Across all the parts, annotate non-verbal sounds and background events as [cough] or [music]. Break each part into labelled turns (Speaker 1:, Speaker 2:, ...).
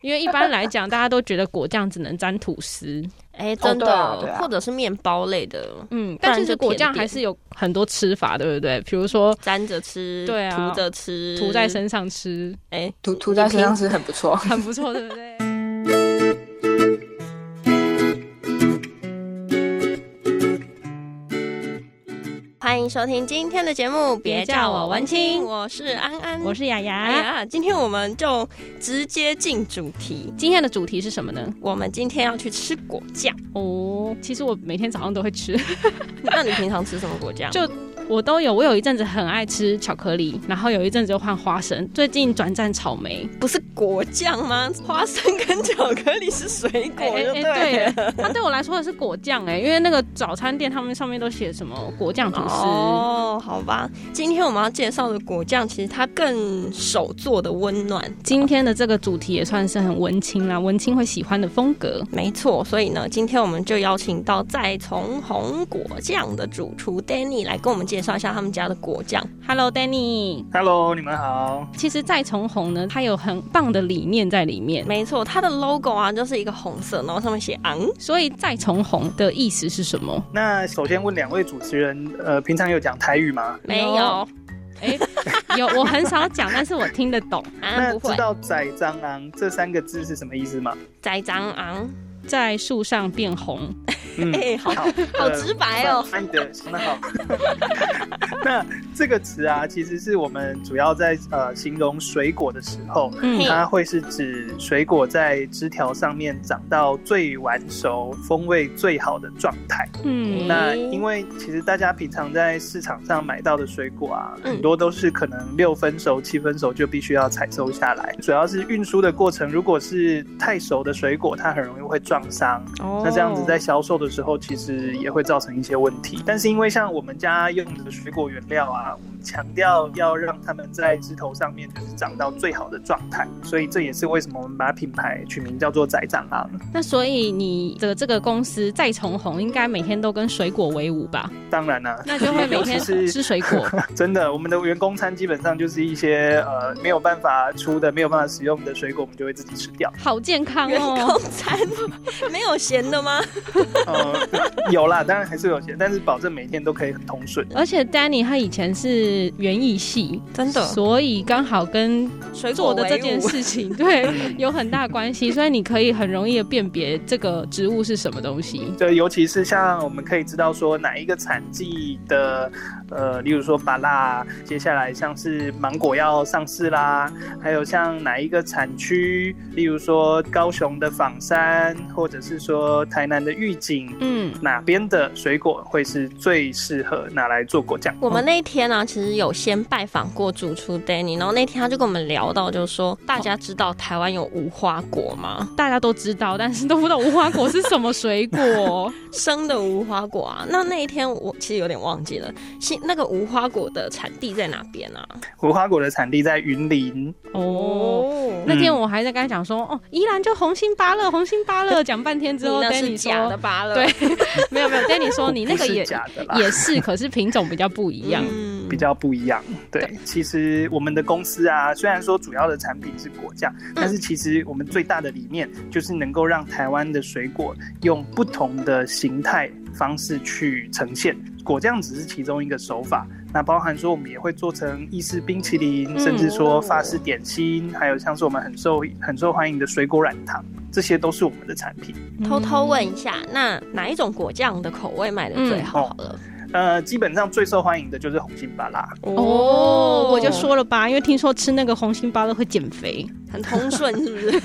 Speaker 1: 因为一般来讲，大家都觉得果酱只能沾吐司，
Speaker 2: 哎，真
Speaker 3: 对啊对
Speaker 2: 的，
Speaker 3: 啊
Speaker 2: 或者是面包类的，
Speaker 1: 嗯，
Speaker 2: 不然
Speaker 1: 但其实
Speaker 2: 就
Speaker 1: 果
Speaker 2: 甜
Speaker 1: 酱
Speaker 2: 点
Speaker 1: 还是有很多吃法，对不对？比如说
Speaker 2: 沾着吃，
Speaker 1: 对啊
Speaker 2: 涂着吃，
Speaker 1: 涂在，身上吃，
Speaker 2: 哎，
Speaker 3: 涂涂在身上是很不 [laughs] 错。
Speaker 1: 很不错，对不对？
Speaker 2: 欢迎收听今天的节目，别叫我文青，我是安安，
Speaker 1: [laughs] 我
Speaker 2: 是
Speaker 1: 是雅
Speaker 2: 哎
Speaker 1: 雅，
Speaker 2: 呀，今天我们就直接进主题，
Speaker 1: 今天的主题是什么呢？
Speaker 2: 我们今天要去吃果酱。
Speaker 1: 哦，其实我每天早上都会吃， [laughs]
Speaker 2: 那你平常吃什么果酱？
Speaker 1: 就我都有。我有一阵子很爱吃巧克力，然后有一阵子又换花生，最近转战草莓。
Speaker 2: 不是果酱吗？花生跟巧克力是水果，
Speaker 1: 哎
Speaker 2: 就
Speaker 1: 哎
Speaker 2: 对了。
Speaker 1: 对，它对我来说的是果酱哎、因为那个早餐店他们上面都写什么果酱吐司。
Speaker 2: 哦，好吧，今天我们要介绍的果酱，其实它更手做的温暖，
Speaker 1: 今天的这个主题也算是很文青啦，文青会喜欢的风格。
Speaker 2: 没错。所以呢，今天我们就邀请到再从红果酱的主厨 Danny 来跟我们介绍一下他们家的果酱。
Speaker 1: Hello Danny，
Speaker 4: Hello，你们好。
Speaker 1: 其实再从红呢，它有很棒的理念在里面。
Speaker 2: 没错，它的 logo 啊就是一个红色，然后上面写昂。
Speaker 1: 所以再从红的意思是什
Speaker 2: [laughs]
Speaker 1: 么？
Speaker 4: 那首先问两位主持人，呃，平常有讲台语吗？
Speaker 2: 没
Speaker 1: 有
Speaker 2: 有，
Speaker 1: 哎、有我很少讲，但是我听得懂。
Speaker 2: 啊
Speaker 4: 那
Speaker 2: 不
Speaker 4: 知
Speaker 2: 会，
Speaker 4: 道“宰蟑昂”这三个字是什么意思吗？
Speaker 2: 栽赃昂，
Speaker 1: 在树上变红，
Speaker 4: 嗯
Speaker 2: 哎、好
Speaker 4: 好，
Speaker 2: [laughs] 好
Speaker 4: 呃
Speaker 2: 直白哦
Speaker 4: 翻译的相当好。 [laughs] 那这个词啊，其实是我们主要在呃形容水果的时候，
Speaker 1: 嗯
Speaker 4: 它会是指水果在枝条上面长到最完熟、风味最好的状态。
Speaker 1: 嗯
Speaker 4: 那因为其实大家平常在市场上买到的水果啊，
Speaker 2: 嗯
Speaker 4: 很多都是可能六分熟、七分熟就必须要采收下来。主要是运输的过程，如果是太熟的水果，它很容易会撞伤。
Speaker 2: 哦
Speaker 4: 那这样子在销售的时候，其实也会造成一些问题。但是因为像我们家用的水果原料啊，我们强调要让它们在枝头上面就是长到最好的状态，所以这也是为什么我们把品牌取名叫做“仔长昂”。
Speaker 1: 那所以你的这个公司再从红，应该每天都跟水果为伍
Speaker 4: [laughs]
Speaker 1: 吧？
Speaker 4: 当然啊啦、
Speaker 1: 那就会每天
Speaker 4: 尤其是
Speaker 1: 吃水果。。
Speaker 4: [laughs] 真的，我们的员工餐基本上就是一些呃没有办法出的、没有办法使用的水果，我们就会自己吃掉
Speaker 1: 好健
Speaker 2: [laughs]
Speaker 1: 康
Speaker 2: 员
Speaker 1: 哦！
Speaker 2: 工餐没有咸的吗？
Speaker 4: 呃，有啦，当然还是有些，但是保证每天都可以很通顺。
Speaker 1: 而且 Danny 他以前是园艺系，
Speaker 2: 真的
Speaker 1: 所以刚好跟
Speaker 2: 水
Speaker 1: 做
Speaker 2: 果
Speaker 1: 的这
Speaker 2: 为
Speaker 1: 件
Speaker 2: 伍
Speaker 1: 事情 [laughs] 对有很大关系，所以你可以很容易的辨别这个植物是什么东西。
Speaker 4: 就尤其是像我们可以知道说哪一个产季的，呃，例如说芭辣，接下来像是芒果要上市啦，还有像哪一个产区，例如说高雄的仿山，或者是说台南的玉井，
Speaker 1: 嗯，
Speaker 4: 哪边的水果会是最适合拿来做果酱？
Speaker 2: 我们那一天呢、啊，其实有先拜访过主厨 Danny，然后那天他就跟我们聊到，就是说大家知道台湾有无花果吗？
Speaker 1: 大家都知道，但是都不知道无花果是什么水果。
Speaker 2: 生的无花果啊，那那一天我其实有点忘记了，新那个无花果的产地在哪边啊？
Speaker 4: 无花果的产地在云林，
Speaker 1: [laughs] 哦，那天我还在跟他讲说，哦，宜兰就红心芭乐，红心芭 [laughs] 乐，讲半天
Speaker 2: 你
Speaker 1: 之后
Speaker 2: 那
Speaker 1: ，Danny
Speaker 2: 是假的
Speaker 1: 说，
Speaker 2: 芭乐，
Speaker 1: 对， [laughs] 没有没有，Danny 说
Speaker 4: 不
Speaker 1: 哦你那个
Speaker 4: 不是
Speaker 1: 也
Speaker 4: 假的啦，
Speaker 1: 也是，可是品种比较不一样。
Speaker 2: 嗯
Speaker 4: 比较不一样。对，其实我们的公司啊，虽然说主要的产品是果酱，
Speaker 1: 嗯
Speaker 4: 但是其实我们最大的理念就是能够让台湾的水果用不同的形态方式去呈现，果酱只是其中一个手法。那包含说，我们也会做成意式冰淇淋，
Speaker 1: 嗯
Speaker 4: 甚至说法式点心，还有像是我们很受很受欢迎的水果软糖，这些都是我们的产品。
Speaker 2: 嗯偷偷问一下，那哪一种果酱的口味卖的最好了？
Speaker 4: 呃，基本上最受欢迎的就是红心芭拉，
Speaker 1: 哦，我就说了吧，因为听说吃那个红心芭乐会减肥。 [laughs]
Speaker 2: 很通顺，是不是？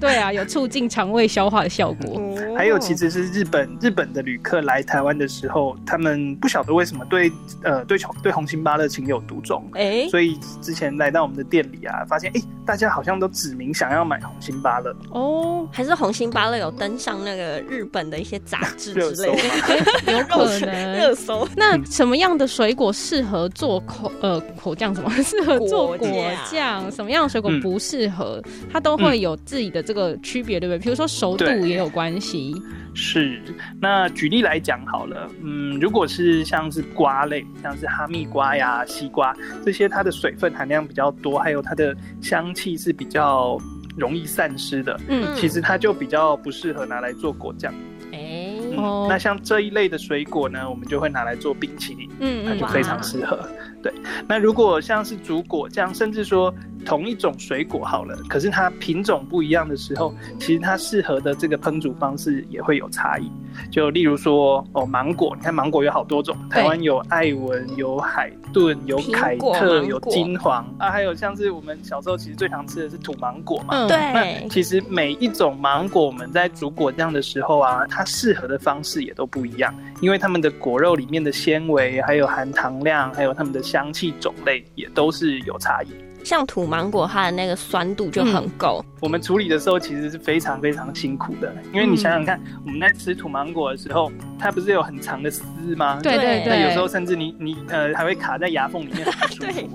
Speaker 1: 对啊，有促进肠胃消化的效果。
Speaker 4: 还有
Speaker 2: 哦
Speaker 4: 其实是日本日本的旅客来台湾的时候，他们不晓得为什么对呃对对红心芭乐情有独钟，
Speaker 2: 哎，
Speaker 4: 所以之前来到我们的店里啊，发现哎、诶大家好像都指明想要买红心芭乐，
Speaker 1: 哦，
Speaker 2: 还是红心芭乐有登上那个日本的一些杂志
Speaker 4: 热
Speaker 2: 之
Speaker 4: 搜
Speaker 2: 类
Speaker 4: 嘛 [laughs]
Speaker 2: 的。
Speaker 1: 有可
Speaker 2: 热
Speaker 1: 能。
Speaker 2: 搜，
Speaker 1: 那什么样的水果适合做口呃口酱？什么 [laughs] 适合做果
Speaker 2: 果
Speaker 1: 酱？
Speaker 2: 酱
Speaker 1: 什么样的水果
Speaker 4: 嗯
Speaker 1: 不适合？它都会有自己的这个区别，对不对？比如说熟度
Speaker 4: 对
Speaker 1: 也有关系。
Speaker 4: 是。那举例来讲好了，嗯，如果是像是瓜类，像是哈密瓜呀、西瓜这些，它的水分含量比较多，还有它的香气是比较容易散失的，
Speaker 1: 嗯
Speaker 4: 其实它就比较不适合拿来做果酱。
Speaker 2: 哎，
Speaker 4: 嗯
Speaker 1: 哦
Speaker 4: 那像这一类的水果呢，我们就会拿来做冰淇淋。
Speaker 1: 嗯
Speaker 4: 它
Speaker 1: 嗯
Speaker 4: 就
Speaker 2: 哇
Speaker 4: 非常适合。对，那如果像是竹果这样，甚至说同一种水果好了，可是它品种不一样的时候，其实它适合的这个烹煮方式也会有差异。就例如说哦，芒果，你看芒果有好多种，
Speaker 1: 对
Speaker 4: 台湾有艾文、有海顿、有凯
Speaker 2: 苹果
Speaker 4: 特、
Speaker 2: 芒
Speaker 4: 有
Speaker 2: 果
Speaker 4: 金黄啊，还有像是我们小时候其实最常吃的是土芒果嘛。
Speaker 1: 嗯
Speaker 4: 那
Speaker 2: 对，
Speaker 4: 其实每一种芒果，我们在煮果酱的时候啊，它适合的方式也都不一样，因为它们的果肉里面的纤维，还有含糖量，还有它们的香气种类也都是有差异。
Speaker 2: 像土芒果，它的那个酸度就
Speaker 1: 嗯
Speaker 2: 很够，
Speaker 4: 我们处理的时候其实是非常非常辛苦的，因为你想想看，我们在吃土芒果的时候，它不是有很长的丝吗？
Speaker 1: 对
Speaker 2: 对
Speaker 1: 对
Speaker 4: 那
Speaker 1: 对，
Speaker 4: 有时候甚至你你呃还会卡在牙缝里面，很不舒
Speaker 2: 对
Speaker 4: 服。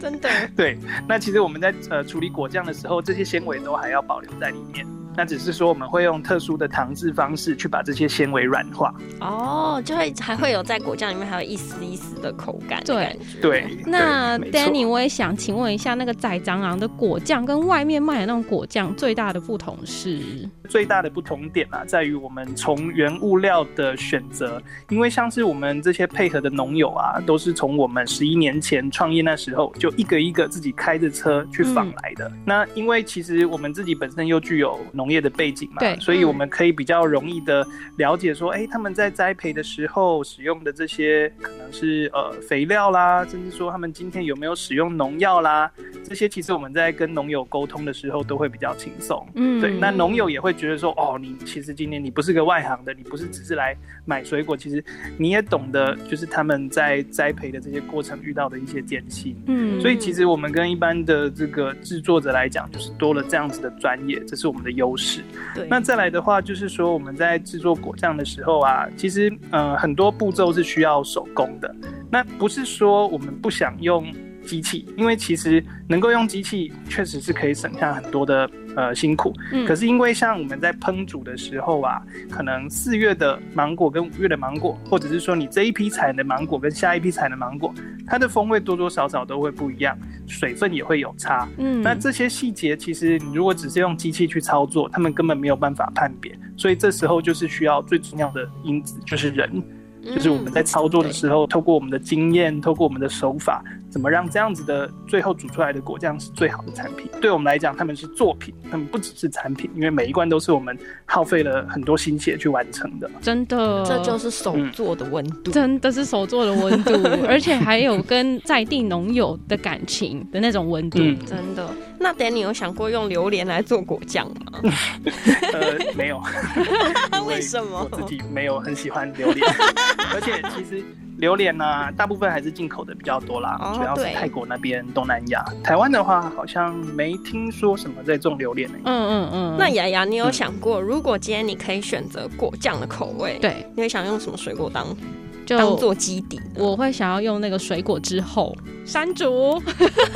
Speaker 2: 真的。
Speaker 4: 对，那其实我们在呃处理果酱的时候，这些纤维都还要保留在里面。那只是说我们会用特殊的糖制方式去把这些纤维软化。
Speaker 2: 哦，就会还会有在果酱里面还有一丝一丝的口感的
Speaker 1: 对
Speaker 2: 感觉。
Speaker 4: 对，
Speaker 1: 那
Speaker 4: 对没错
Speaker 1: Danny，我也想请问一下，那个仔蟑螂的果酱跟外面卖的那种果酱最大的不同是？
Speaker 4: 最大的不同点啊，在于我们从原物料的选择，因为像是我们这些配合的农友啊，都是从我们十一年前创业那时候，就一个一个自己开着车去访来的。那因为其实我们自己本身又具有农业的背景嘛
Speaker 1: 对，
Speaker 4: 所以我们可以比较容易的了解说，哎、他们在栽培的时候使用的这些可能是呃肥料啦，甚至说他们今天有没有使用农药啦，这些其实我们在跟农友沟通的时候都会比较轻松。
Speaker 1: 嗯
Speaker 4: 对，那农友也会觉得说，哦，你其实今年你不是个外行的，你不是只是来买水果，其实你也懂得就是他们在栽培的这些过程遇到的一些艰辛。
Speaker 1: 嗯
Speaker 4: 所以其实我们跟一般的这个制作者来讲，就是多了这样子的专业，这是我们的优势。
Speaker 2: 对，
Speaker 4: 那再来的话，就是说我们在制作果酱的时候啊，其实呃很多步骤是需要手工的。那不是说我们不想用机器，因为其实能够用机器，确实是可以省下很多的呃辛苦。
Speaker 1: 嗯
Speaker 4: 可是因为像我们在烹煮的时候啊，可能四月的芒果跟五月的芒果，或者是说你这一批采的芒果跟下一批采的芒果，它的风味多多少少都会不一样，水分也会有差。
Speaker 1: 嗯
Speaker 4: 那这些细节，其实你如果只是用机器去操作，他们根本没有办法判别，所以这时候就是需要最重要的因子，就是人，
Speaker 2: 嗯
Speaker 4: 就是我们在操作的时候，透过我们的经验，透过我们的手法，怎么让这样子的最后煮出来的果酱是最好的产品。对我们来讲，他们是作品，他们不只是产品，因为每一罐都是我们耗费了很多心血去完成的。
Speaker 1: 真的，
Speaker 2: 这就是手做的温度。
Speaker 4: 嗯
Speaker 1: 真的是手做的温 [laughs] 度，而且还有跟在地农友的感情的那种温度。
Speaker 4: 嗯，
Speaker 2: 真的，那 Danny 有想过用榴莲来做果酱吗？
Speaker 4: 呃，
Speaker 1: [laughs]
Speaker 4: 没有。因
Speaker 2: 为什么
Speaker 4: 我自己没有很喜欢
Speaker 1: [laughs]
Speaker 4: 榴莲，而且其实榴莲呢、大部分还是进口的比较多啦，
Speaker 2: 哦
Speaker 4: 主要是
Speaker 2: 对
Speaker 4: 泰国那边、东南亚。台湾的话，好像没听说什么在种榴莲呢、
Speaker 1: 嗯嗯嗯，
Speaker 2: 那雅雅，你有想过，如果今天你可以选择果酱的口味，，
Speaker 1: 对，
Speaker 2: 你会想用什么水果当
Speaker 1: 就
Speaker 2: 当做基底？
Speaker 1: 我会想要用那个水果之后山竹， [laughs]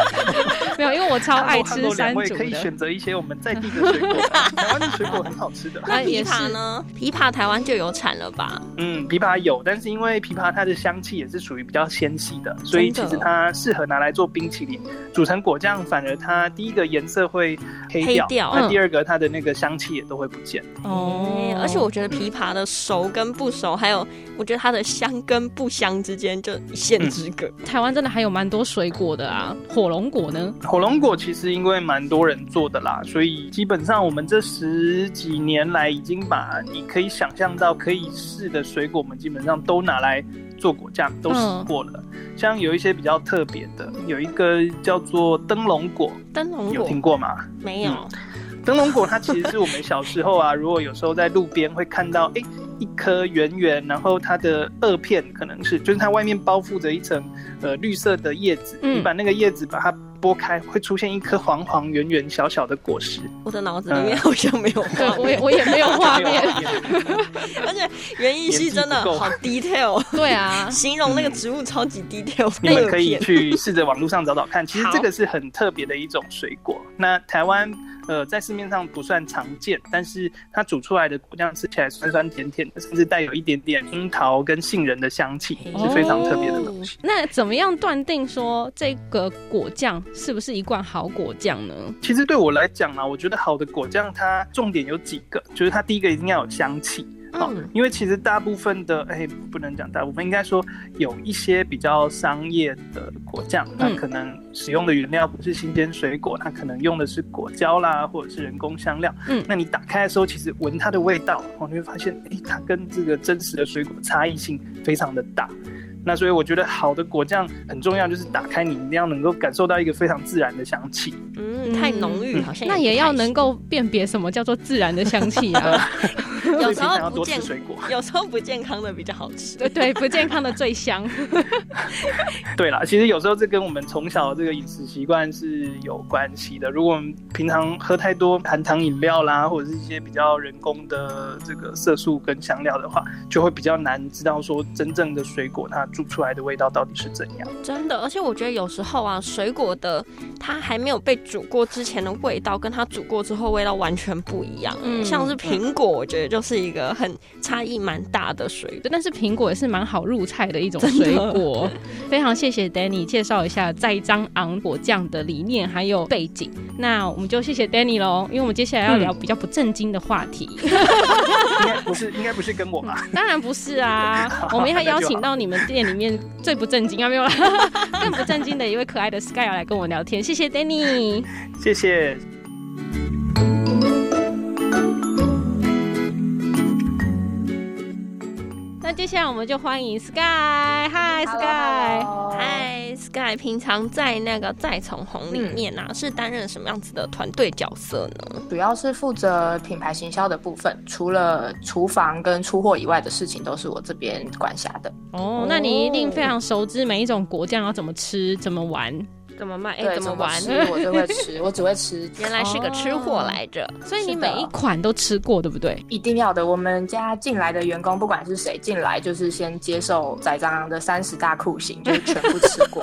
Speaker 1: 没有，因为我超爱
Speaker 4: 韩
Speaker 1: 吃
Speaker 4: 国
Speaker 1: 山
Speaker 4: 两位
Speaker 1: 竹
Speaker 4: 可以
Speaker 1: 的。
Speaker 4: 选择一些我们在地的水果吧，
Speaker 1: [laughs]
Speaker 4: 台湾的水果很好吃的。
Speaker 1: 啊
Speaker 2: 那
Speaker 1: 也
Speaker 2: 枇
Speaker 1: 是
Speaker 2: 杷呢？枇杷台湾就有产了吧？
Speaker 4: 嗯，枇杷有，但是因为枇杷它的香气也是属于比较纤细的，所以
Speaker 2: 真
Speaker 4: 其
Speaker 2: 的
Speaker 4: 实它适合拿来做冰淇淋，煮成果酱，反而它第一个颜色会黑
Speaker 2: 黑
Speaker 4: 掉，
Speaker 2: 掉
Speaker 4: 那
Speaker 1: 嗯
Speaker 4: 第二个它的那个香气也都会不见。
Speaker 1: 哦
Speaker 2: 哎而且我觉得枇杷的熟跟不熟，还有我觉得它的香跟不香之间就一
Speaker 4: 嗯
Speaker 2: 线之隔。
Speaker 1: 台湾真的还有蛮多水果的啊，火龙果呢？
Speaker 4: 火龙果其实因为蛮多人做的啦，所以基本上我们这十几年来已经把你可以想象到可以试的水果，我们基本上都拿来做果酱，都试
Speaker 2: 嗯
Speaker 4: 过了。像有一些比较特别的，有一个叫做灯笼果，
Speaker 2: 灯笼
Speaker 4: 有
Speaker 2: 果
Speaker 4: 听嗯过吗？
Speaker 2: 没有，
Speaker 4: 灯笼果它其实是我们小时候啊，如果有时候在路边会看到，哎、一颗圆圆，然后它的萼片可能是，就是它外面包覆着一层呃绿色的叶子，
Speaker 1: 嗯
Speaker 4: 你把那个叶子把它剥开，会出现一颗黄黄圆圆小小的果
Speaker 1: [laughs]
Speaker 4: 实。
Speaker 2: 我的脑子里
Speaker 4: 嗯
Speaker 2: 面好像没有
Speaker 1: 对
Speaker 2: [laughs]
Speaker 1: 啊
Speaker 2: 画，
Speaker 1: 我
Speaker 2: 面
Speaker 1: 也，我也没有画 [laughs] 面。
Speaker 2: 而且袁艺希真的
Speaker 4: 演技不够嗯
Speaker 2: 好 detail，
Speaker 1: 对啊，
Speaker 2: 形容那个植物超级 detail
Speaker 4: 你
Speaker 2: 的
Speaker 4: 们可以
Speaker 2: 片。
Speaker 4: 去试着网络上找找看，其实
Speaker 2: 好
Speaker 4: 这个是很特别的一种水果。那台湾呃在市面上不算常见，但是它煮出来的果酱吃起来酸酸甜甜的，甚至带有一点点樱桃跟杏仁的香气，是非常特别的东西。
Speaker 1: 哦那怎么样断定说这个果酱是不是一罐好果酱呢？
Speaker 4: 其实对我来讲呢、我觉得好的果酱它重点有几个，就是它第一个一定要有香气。好
Speaker 2: 嗯，
Speaker 4: 因为其实大部分的，哎、不能讲大部分，应该说有一些比较商业的果酱，那
Speaker 1: 嗯
Speaker 4: 可能使用的原料不是新鲜水果，它可能用的是果胶啦，或者是人工香料。
Speaker 1: 嗯
Speaker 4: 那你打开的时候，其实闻它的味道，哦，你会发现，哎、它跟这个真实的水果差异性非常的大。那所以我觉得好的果酱很重要，就是打开你一定要能够感受到一个非常自然的香气。
Speaker 2: 嗯，太浓郁
Speaker 4: 嗯
Speaker 2: 好像
Speaker 1: 那
Speaker 2: 也
Speaker 1: 也
Speaker 2: 不
Speaker 1: 要
Speaker 2: 太
Speaker 1: 能
Speaker 2: 行
Speaker 1: 够辨别什么叫做自然的香气啊，
Speaker 2: 有
Speaker 4: 所以
Speaker 2: 时
Speaker 4: 平常
Speaker 2: 候
Speaker 4: 要
Speaker 2: 不
Speaker 4: 多吃
Speaker 2: 健，
Speaker 4: 水果。
Speaker 2: [laughs] 有时候不健康的比较好吃。
Speaker 1: 对对，不健康的最 [laughs] 香。
Speaker 4: 对啦，其实有时候这跟我们从小的这个饮食习惯是有关系的。如果我们平常喝太多含糖饮料啦，或者是一些比较人工的这个色素跟香料的话，就会比较难知道说真正的水果它煮出来的味道到底是怎样。
Speaker 2: 真的，而且我觉得有时候啊，水果的它还没有被煮过之前的味道，跟它煮过之后味道完全不一样。
Speaker 1: 嗯
Speaker 2: 像是苹果，我觉得就是一个很差异蛮大的水果。
Speaker 1: 但是苹果也是蛮好入菜的一种水果。非常谢谢 Danny 介绍一下栽赃昂果酱的理念还有背景。那我们就谢谢 Danny 喽，因为我们接下来要聊比较不正经的话 [laughs] 题。
Speaker 4: 应该不是，应该不是跟我吧？
Speaker 1: 当然不是啊，我们要邀请到你们店里面最不正经啊，没有啦， [laughs] 更不正经的一位可爱的 Sky 来跟我聊天。谢谢 [laughs] Danny。
Speaker 4: 谢谢。
Speaker 1: 那接下来我们就欢迎 Sky，嗨 Sky。
Speaker 3: 嗨，
Speaker 2: 嗨，Sky，平常在那个再从红里面啊，是担任什么样子的团队角色呢？
Speaker 3: 主要是负责品牌行销的部分，除了厨房跟出货以外的事情，都是我这边管辖的。
Speaker 1: 哦，那你一定非常熟知每一种果酱要怎么吃、怎么玩。
Speaker 2: 怎么卖？哎、
Speaker 3: 对，
Speaker 2: 怎
Speaker 3: 怎
Speaker 2: 么
Speaker 3: 么
Speaker 2: 玩？
Speaker 3: 吃我就会吃，我只会吃。
Speaker 2: [laughs] 原来是个吃货来着。
Speaker 1: 所以你
Speaker 3: 是
Speaker 1: 每
Speaker 3: 的
Speaker 1: 一款都吃过，对不对？
Speaker 3: 一定要的。我们家进来的员工，不管是谁进来，就是先接受宰张的三十大酷刑，就是全部吃
Speaker 2: [laughs]
Speaker 3: 过。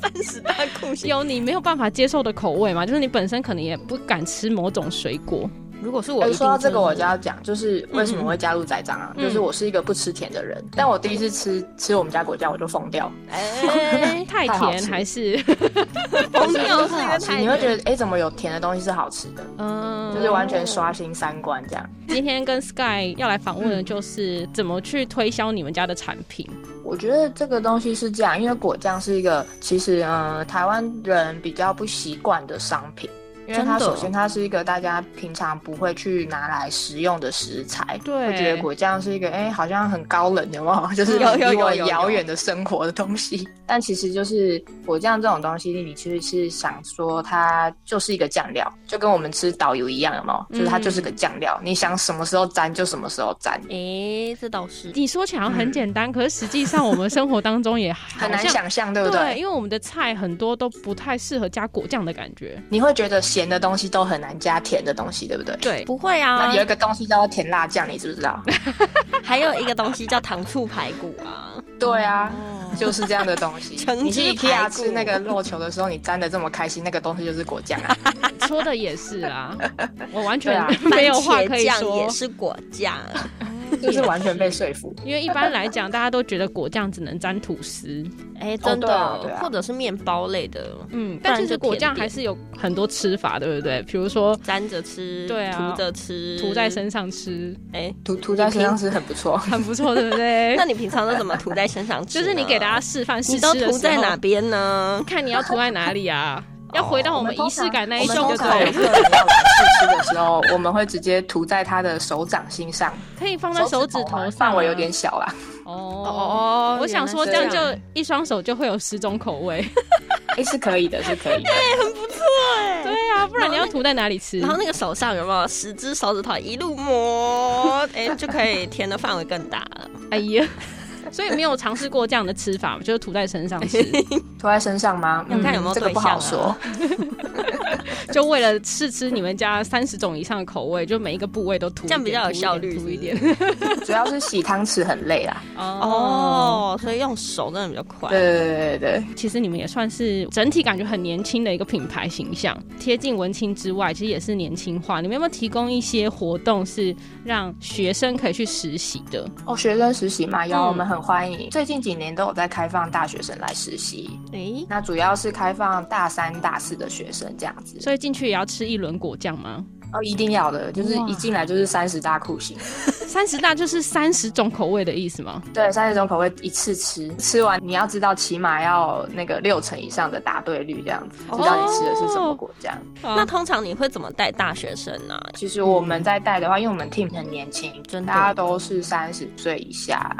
Speaker 2: 三十大酷刑。
Speaker 1: 有你没有办法接受的口味嘛？就是你本身可能也不敢吃某种水果。
Speaker 2: 如果是我
Speaker 3: 哎，
Speaker 2: 一定
Speaker 3: 说到这
Speaker 2: 真
Speaker 3: 个，
Speaker 2: 的
Speaker 3: 我就要讲，
Speaker 2: 嗯
Speaker 3: 就是为什么我会加入宰张啊？
Speaker 1: 嗯
Speaker 3: 就是我是一个不吃甜的人，但我第一次吃吃我们家果酱，我就疯掉。
Speaker 2: [laughs]
Speaker 3: [laughs]
Speaker 2: 哎，
Speaker 1: 太
Speaker 3: 太好
Speaker 1: 甜
Speaker 3: 吃
Speaker 1: 还是
Speaker 2: 疯
Speaker 3: 就是
Speaker 2: 哦掉是
Speaker 3: 很
Speaker 2: 一
Speaker 3: [laughs] 好
Speaker 2: 个
Speaker 3: 吃，
Speaker 2: 太
Speaker 3: 你会觉得哎，怎么有甜的东西是好吃的？
Speaker 1: [laughs] 嗯，
Speaker 3: 就是完全刷新三观这样。
Speaker 1: 今天跟 Sky 要来访问
Speaker 3: 嗯
Speaker 1: 的就是怎么去推销你们家的产品。
Speaker 3: 我觉得这个东西是这样，因为果酱是一个其实呃台湾人比较不习惯的商品，因为它
Speaker 2: 真的
Speaker 3: 首先它是一个大家平常不会去拿来食用的食材。
Speaker 1: 对
Speaker 3: 会觉得果酱是一个哎、好像很高冷的嘛， [laughs] 就是
Speaker 2: 有有
Speaker 3: 离我
Speaker 2: 有有
Speaker 3: 遥远的生活的东 [laughs] 西。但其实就是果酱这种东西，你其实是想说它就是一个酱料，就跟我们吃导游一样，有没有？就是它就是个酱料，你想什么时候沾就什么时候沾。
Speaker 2: [laughs] 哎，这倒是。
Speaker 1: 你说起来好像很简单，可是实际上我们生活当中也
Speaker 3: 很难
Speaker 1: 好像。
Speaker 3: 想象，对不
Speaker 1: 对，因为我们的菜很多都不太适合加果酱的感觉。
Speaker 3: 你会觉得咸的东西都很难加甜的东西，对不对？
Speaker 1: 对，
Speaker 2: 不会啊
Speaker 3: 那，有一个东西叫做甜辣酱，你知不知道？
Speaker 2: 还有一个东西叫糖醋排骨 [laughs] 啊，。
Speaker 3: 对啊，就是这样的东西
Speaker 2: 橙汁
Speaker 3: 你去
Speaker 2: 排
Speaker 3: IKEA
Speaker 2: 骨
Speaker 3: 吃那个肉球的时候，你沾的这么开心，那个东西就是果酱啊。
Speaker 1: 说的也是
Speaker 3: [laughs]
Speaker 1: 啊，我完
Speaker 3: 对
Speaker 1: 全
Speaker 3: 啊
Speaker 1: [laughs] 没有话
Speaker 2: 番
Speaker 1: 可
Speaker 2: 茄
Speaker 1: 以
Speaker 2: 酱
Speaker 1: 说
Speaker 2: 也。是果酱，
Speaker 3: 就是完全被说服。
Speaker 1: 因为一般来讲，大家都觉得果酱只能沾吐司，
Speaker 2: [laughs] 哎，真
Speaker 3: 对啊对
Speaker 2: 的，
Speaker 3: 啊
Speaker 2: 或者是面包类的，
Speaker 1: 嗯，
Speaker 2: 不然
Speaker 1: 但其
Speaker 2: 就
Speaker 1: 实果
Speaker 2: 甜
Speaker 1: 酱
Speaker 2: 点
Speaker 1: 还是有很多吃法，对不对？比如说
Speaker 2: 沾着吃，
Speaker 1: 对啊
Speaker 2: 涂着吃，
Speaker 1: 涂在，身上吃，
Speaker 2: 哎，
Speaker 3: 涂涂在身上是很不错，
Speaker 1: 很不错，对不 [laughs] 对
Speaker 2: [laughs] 那？你平常都怎么涂在身 [laughs] 上吃？啊
Speaker 1: 就是你给大家，示范试
Speaker 2: 你都
Speaker 1: 吃的
Speaker 2: 涂
Speaker 1: 时
Speaker 2: 在
Speaker 1: 候
Speaker 2: 哪，边呢？
Speaker 1: 看你要涂在哪里 [laughs] 啊？要回哦到我们仪式感那一
Speaker 3: 我
Speaker 1: 种，
Speaker 3: 们
Speaker 1: 就
Speaker 3: 通常
Speaker 1: 对
Speaker 3: 有
Speaker 1: 了，
Speaker 3: 客人要试吃的时候，我们会直接涂在他的手掌心上，
Speaker 1: [laughs] 可以放在手指头上啊，
Speaker 3: 范围有点小啦。
Speaker 1: 哦。
Speaker 2: 哦
Speaker 1: 我想说，这
Speaker 2: 原来
Speaker 1: 样
Speaker 2: 是
Speaker 1: 就一双手就会有十种口味。
Speaker 3: 哎，是可以的，是可以的。
Speaker 1: 对啊，不然你要涂在哪里吃
Speaker 2: 然？后那个手上有没有十只手指头一路摸，哎、就可以填的范围更大了。
Speaker 1: 哎 [laughs] 呀，所以没有尝试过这样的吃法，就是涂在身上吃。
Speaker 3: 涂在身上吗？嗯
Speaker 2: 看有没有
Speaker 3: 这个
Speaker 2: 对
Speaker 3: 不
Speaker 2: 象
Speaker 3: 好
Speaker 2: 啊
Speaker 3: 说。
Speaker 2: [laughs]
Speaker 1: 就为了试吃你们家三十种以上的口味，就每一个部位都涂一点，
Speaker 2: 这样比较有效率
Speaker 1: 涂一点。
Speaker 2: 是不是
Speaker 3: 主要是洗汤匙很累啊
Speaker 2: [laughs]
Speaker 3: 啦。
Speaker 1: 哦，
Speaker 2: 哦，所以用手真的比较快。
Speaker 3: 对对对对对，
Speaker 1: 其实你们也算是整体感觉很年轻的一个品牌形象，贴近文青之外，其实也是年轻化。你们有没有提供一些活动是让学生可以去实习的？
Speaker 3: 哦，学生实习嘛，有、
Speaker 1: 嗯
Speaker 3: 我们很欢迎。最近几年都有在开放大学生来实习，
Speaker 2: 诶，
Speaker 3: 那主要是开放大三、大四的学生这样子。
Speaker 1: 所以进去也要吃一轮果酱吗？
Speaker 3: 哦，一定要的，就是一进来
Speaker 2: 嗯
Speaker 3: 就是三十大酷刑，
Speaker 1: 三十大就是三十种口味的意思吗？
Speaker 3: 对，三十种口味一次吃，吃完你要知道起码要那个六成以上的答对率，这样子
Speaker 2: 哦
Speaker 3: 知道你吃的是什么果酱。
Speaker 2: 那通常你会怎么带大学生啊呢、
Speaker 3: 其实我们在带的话，因为我们 team 很年轻，
Speaker 2: 真的
Speaker 3: 大家都是三十岁以下，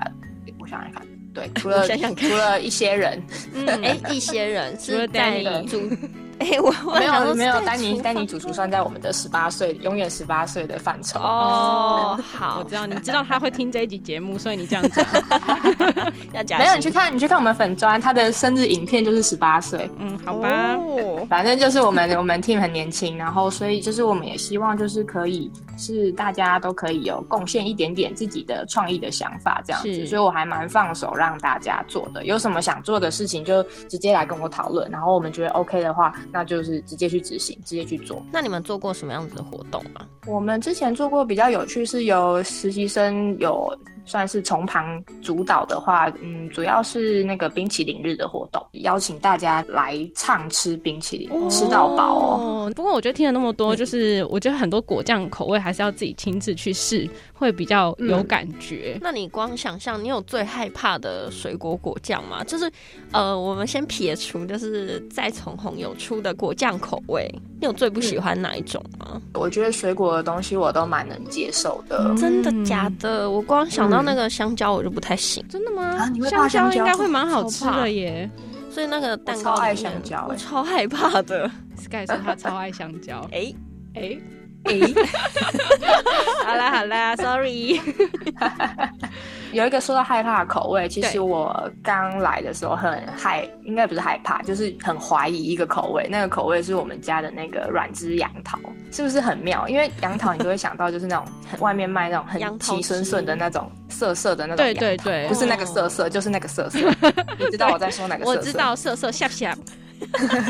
Speaker 3: 我想想看。对，除
Speaker 2: [laughs]
Speaker 3: 了
Speaker 2: 我想想看
Speaker 3: 除了一些人，
Speaker 1: 嗯，
Speaker 2: 哎、一些人
Speaker 1: 除了
Speaker 2: 是在
Speaker 1: Danny
Speaker 2: 主， [laughs] 哎、我我
Speaker 3: [laughs] 没
Speaker 2: 想
Speaker 3: 有
Speaker 2: 说
Speaker 3: 没有
Speaker 2: 是，在
Speaker 3: 丹尼
Speaker 2: 厨
Speaker 3: 丹尼
Speaker 2: 房
Speaker 3: 主厨算在我们的十八岁，永远十八岁的范畴。
Speaker 2: 哦，
Speaker 1: 我
Speaker 2: 好
Speaker 1: 知，道，你知道他会听这一集节目，所以你这样讲。
Speaker 2: 要加
Speaker 3: 嗯没有，
Speaker 2: 薪
Speaker 3: 你去看你去看我们粉砖，他的生日影片就是十八岁，
Speaker 1: 嗯，好吧。
Speaker 2: 哦
Speaker 3: 反正就是我们我们 team 很年轻，然后所以就是我们也希望就是可以是大家都可以有贡献一点点自己的创意的想法这样
Speaker 1: 是
Speaker 3: 子，所以我还蛮放手让大家做的，有什么想做的事情就直接来跟我讨论，然后我们觉得 OK 的话，那就是直接去执行，直接去做。
Speaker 2: 那你们做过什么样子的活动吗？
Speaker 3: 我们之前做过比较有趣，是由实习生有算是从旁主导的话，嗯，主要是那个冰淇淋日的活动，邀请大家来畅吃冰淇淋，吃到饱哦。嗯
Speaker 1: 哦。不过我觉得听了那么多，就是我觉得很多果酱口味还是要自己亲自去试，会比较
Speaker 3: 嗯
Speaker 1: 有感觉。
Speaker 2: 那你光想象，你有最害怕的水果果酱吗？就是，呃，我们先撇除，就是再从红有出的果酱口味，你有最不喜欢哪一种吗？
Speaker 3: 我觉得水果的东西我都蛮能接受
Speaker 1: 嗯
Speaker 3: 的。
Speaker 2: 真的假的？我光想到那个香蕉，我就不太行。
Speaker 1: 真的吗？
Speaker 3: 啊你会
Speaker 1: 香
Speaker 3: 怕香蕉
Speaker 1: 应该会蛮好吃
Speaker 2: 超怕
Speaker 1: 的耶。
Speaker 2: 所以那个蛋
Speaker 3: 我
Speaker 2: 糕
Speaker 3: 超爱
Speaker 2: 里面
Speaker 3: 香蕉欸
Speaker 2: 我超害怕的。
Speaker 1: Sky
Speaker 3: [laughs]
Speaker 1: 说他超爱香蕉。
Speaker 2: 哎、
Speaker 1: 哎、
Speaker 2: 好啦好啦，sorry。 [laughs]
Speaker 3: 有一个说到害怕的口味，其
Speaker 1: 对
Speaker 3: 实我刚来的时候很害，应该不是害怕，就是很怀疑一个口味。那个口味是我们家的那个软汁杨桃，是不是很妙？因为杨桃你就会想到就是那种很外面卖那种
Speaker 2: 杨
Speaker 3: 很
Speaker 2: 桃
Speaker 3: 齐顺顺的
Speaker 2: 汁
Speaker 3: 那种涩涩的那种
Speaker 1: 对
Speaker 3: 杨桃，
Speaker 1: 对对
Speaker 3: 不，是那个涩涩，就是那个涩
Speaker 1: [laughs]
Speaker 3: 涩。你知道我在说哪个涩
Speaker 1: 我
Speaker 3: 涩？
Speaker 1: 知，道色色下下。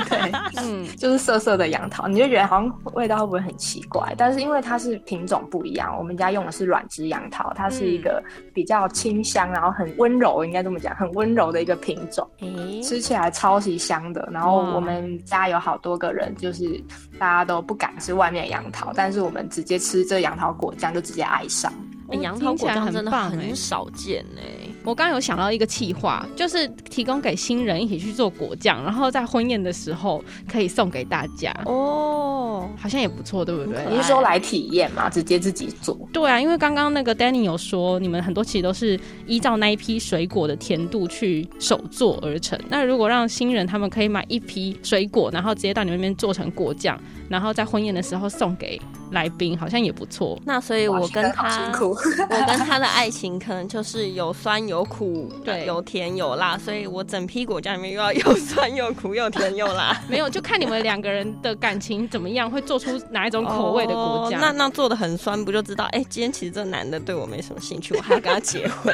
Speaker 3: 对。
Speaker 1: 嗯，
Speaker 3: 就是涩涩的杨桃，你就觉得好像味道会不会很奇怪？但是因为它是品种不一样，我们家用的是软枝杨桃，它是一个比较清香，然后很温柔，应该这么讲，很温柔的一个品种，
Speaker 2: 哎、
Speaker 3: 吃起来超级香的。然后
Speaker 1: 哇
Speaker 3: 我们家有好多个人，就是大家都不敢吃外面的杨桃，但是我们直接吃这杨桃果酱就直接爱上。
Speaker 2: 欸杨桃果酱真的很少见哎、
Speaker 1: 我刚刚有想到一个企划，就是提供给新人一起去做果酱，然后在婚宴的时候可以送给大家，
Speaker 2: 哦，
Speaker 1: 好像也不错，对不对？
Speaker 3: 你是说来体验嘛？直接自己做？
Speaker 1: 对啊，因为刚刚那个 Danny 有说，你们很多其实都是依照那一批水果的甜度去手做而成。那如果让新人他们可以买一批水果，然后直接到你们那边做成果酱，然后在婚宴的时候送给来宾，好像也不错。
Speaker 2: 那所以我跟
Speaker 3: 哇
Speaker 2: 他
Speaker 3: 辛，苦。 [laughs]
Speaker 2: 我跟他的爱情可能就是有酸有苦，
Speaker 1: 对
Speaker 2: 有甜有辣，所以我整批果酱里面又要有 [laughs] 酸有苦又甜又辣
Speaker 1: 没有，就看你们两个人的感情怎么样，会做出哪一种口味的果酱。
Speaker 2: 哦那那做的很酸，不就知道？哎、今天其实这男的对我没什么兴趣，我还要跟他
Speaker 1: [laughs]
Speaker 2: 结婚。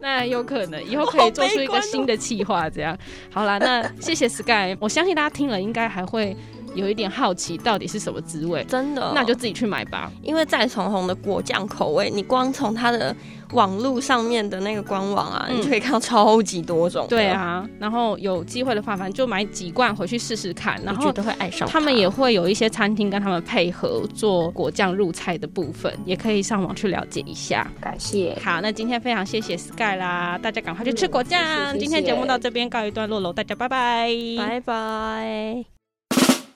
Speaker 1: 那有可能以后可以做出一
Speaker 2: 哦
Speaker 1: 个新的企划，这样。好啦，那谢谢 Sky，我相信大家听了应该还会有一点好奇，到底是什么滋味。
Speaker 2: 真的哦、
Speaker 1: 那就自己去买吧。
Speaker 2: 因为再从红的果酱口味，你光从它的网络上面的那个官网啊，
Speaker 1: 嗯
Speaker 2: 你就可以看到超级多种。
Speaker 1: 对，啊，然后有机会的话，反正就买几罐回去试试看。然
Speaker 2: 我
Speaker 1: 后
Speaker 2: 觉得会爱上它
Speaker 1: 他们也会有一些餐厅跟他们配合做果酱入菜的部分，也可以上网去了解一下。
Speaker 3: 感谢，
Speaker 1: 好，那今天非常谢谢 Sky 啦，大家赶快去吃果酱。
Speaker 3: 嗯谢谢
Speaker 1: 今天节目到这边告一段落喽，大家拜拜。
Speaker 2: 拜拜。